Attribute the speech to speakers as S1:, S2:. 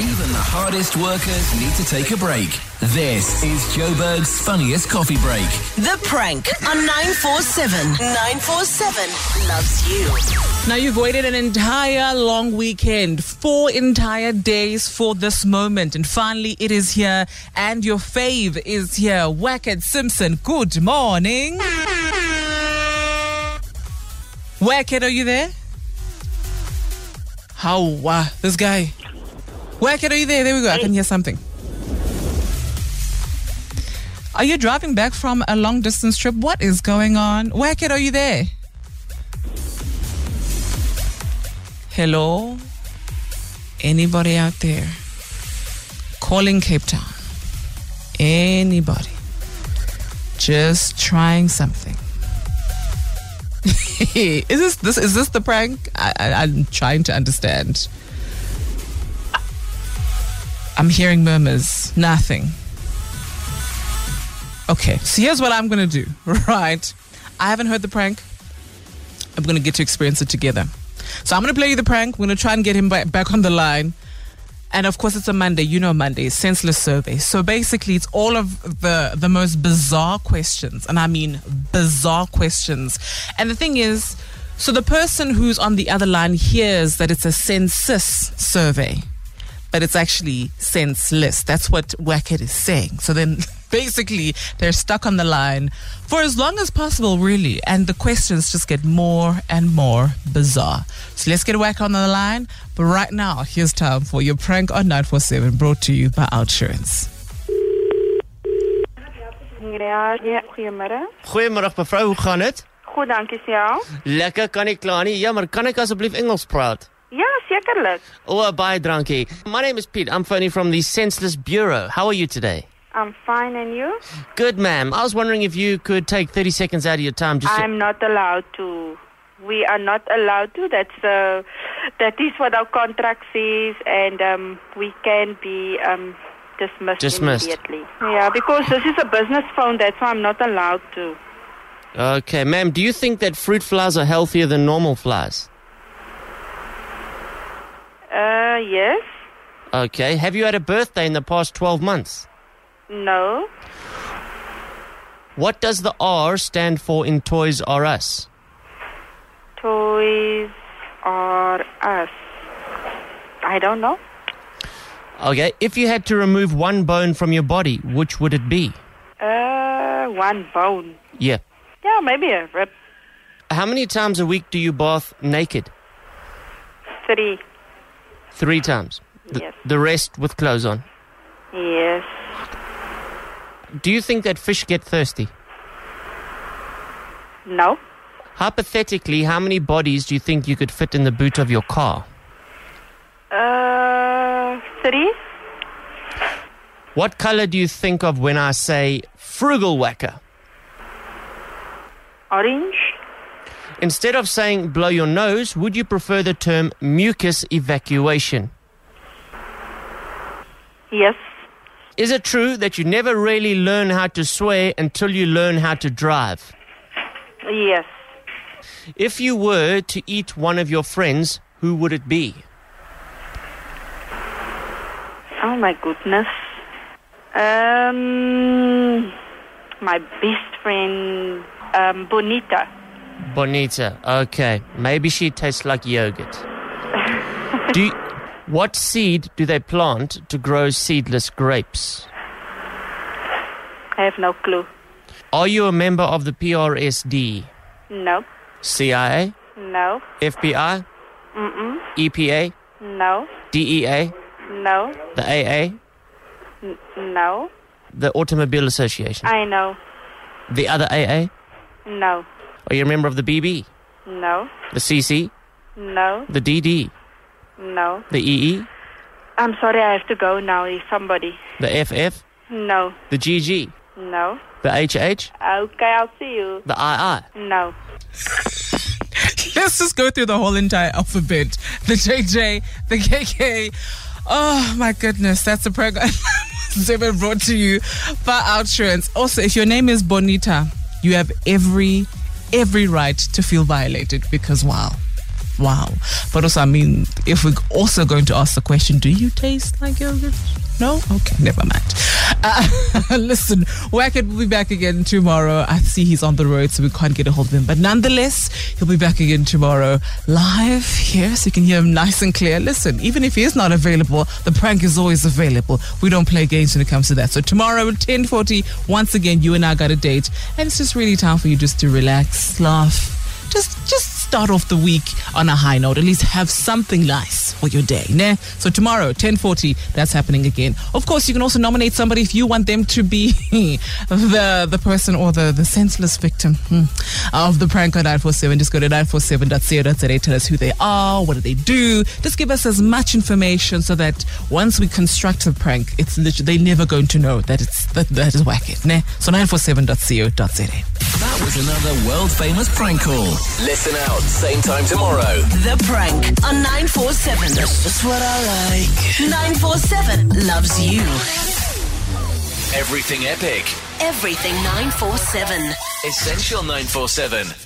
S1: Even the hardest workers need to take a break. This is Joburg's funniest coffee break.
S2: The prank on 947. 947 loves you.
S3: Now you've waited an entire long weekend, four entire days for this moment, and finally it is here. And your fave is here, Wackett Simpson. Good morning, Wackett. Are you there? How wow, this guy. Wackett, are you there? There we go. I can hear something. Are you driving back from a long distance trip? What is going on? Wackett, are you there? Hello? Anybody out there? Calling Cape Town. Anybody. Just trying something. is this this is this the prank? I, I, I'm trying to understand. I'm hearing murmurs. Nothing. Okay, so here's what I'm gonna do. Right. I haven't heard the prank. I'm going to get to experience it together. So I'm going to play you the prank. We're going to try and get him back, back on the line. And of course, it's a Monday. You know Monday, senseless survey. So basically, it's all of the the most bizarre questions, and I mean bizarre questions. And the thing is, so the person who's on the other line hears that it's a census survey, but it's actually senseless. That's what Wackett is saying. So then basically they're stuck on the line for as long as possible, really. And the questions just get more and more bizarre. So let's get Wackett on the line. But right now, here's time for your prank on 947 brought to you by Outsurance.
S4: Ja, ja, goeiemiddag.
S5: Goeiemiddag mevrou, hoe gaan dit?
S4: Goed, dankie self.
S5: Lekker kan ek klaar nie. Ja, maar kan ek asseblief Engels praat?
S4: Ja, sekerlik.
S5: O, oh, baie dankie. My name is Pete. I'm phoning from the Senseless Bureau. How are you today?
S4: I'm fine and you?
S5: Good, ma'am. I was wondering if you could take 30 seconds out of your time just to...
S4: I'm not allowed to. We are not allowed to. That's uh, that is what our contract says and um, we can be um, dismissed,
S5: Dismissed.
S4: immediately. Yeah, because this is a business phone, that's why I'm not allowed to.
S5: Okay, ma'am, do you think that fruit flies are healthier than normal flies?
S4: Uh, yes?
S5: Okay. Have you had a birthday in the past 12 months?
S4: No?
S5: What does the R stand for in Toys R Us?
S4: Toys are us. I don't know.
S5: Okay, if you had to remove one bone from your body, which would it be?
S4: Uh, one bone.
S5: Yeah.
S4: Yeah, maybe a rib.
S5: How many times a week do you bath naked?
S4: Three.
S5: Three times. The,
S4: Yes.
S5: the rest with clothes on.
S4: Yes.
S5: Do you think that fish get thirsty?
S4: No?
S5: Hypothetically, how many bodies do you think you could fit in the boot of your car?
S4: Uh, three.
S5: What color do you think of when I say frugal whacker?
S4: Orange.
S5: Instead of saying blow your nose, would you prefer the term mucus evacuation?
S4: Yes.
S5: Is it true that you never really learn how to swear until you learn how to drive?
S4: Yes.
S5: If you were to eat one of your friends, who would it be?
S4: Oh my goodness. Um, my best friend, um, Bonita.
S5: Bonita. Okay, maybe she tastes like yogurt. do you, what seed do they plant to grow seedless grapes?
S4: I have no clue.
S5: Are you a member of the PRSD,
S4: No.
S5: CIA,
S4: No.
S5: FBI,
S4: Mm-mm.
S5: EPA,
S4: No.
S5: DEA,
S4: No.
S5: E the AA,
S4: N- no.
S5: the Automobile Association,
S4: I know.
S5: the other AA?
S4: No.
S5: Are you a member of the BB,
S4: No.
S5: the CC,
S4: No.
S5: the DD,
S4: No.
S5: the E EE,
S4: I'm sorry, I have to go now. Is Somebody.
S5: the FF,
S4: No.
S5: the GG,
S4: No.
S5: the HH,
S4: Okay, I'll see you.
S5: the II?
S4: No.
S3: Let's just go through the whole entire alphabet the JJ, the KK. Oh my goodness, that's a program Zebra brought to you by Outrance. Also, if your name is Bonita, you have every every right to feel violated because wow. Wow. But also I mean if we're also going to ask the question, do you taste like yogurt? No? Okay, never mind. Uh, listen, Wackett will be back again tomorrow. I see he's on the road, so we can't get a hold of him. But nonetheless, he'll be back again tomorrow live here, so you can hear him nice and clear. Listen, even if he is not available, the prank is always available. We don't play games when it comes to that. So tomorrow at 10.40, once again, you and I got a date. And it's just really time for you just to relax, laugh, just just start off the week on a high note. At least have something nice for your day. Ne? So tomorrow, 1040, that's happening again. Of course, you can also nominate somebody if you want them to be the the person or the, the senseless victim hmm, of the prank on 947. Just go to 947.co.za, tell us who they are, what do they do. Just give us as much information so that once we construct the prank, it's literally, they're never going to know that it's that, that is wacky. Ne? So 947.co.za.
S1: That was another world famous prank call. Listen out, same time tomorrow.
S2: The prank on 947. That's just what I like. 947 loves you.
S1: Everything epic.
S2: Everything 947.
S1: Essential 947.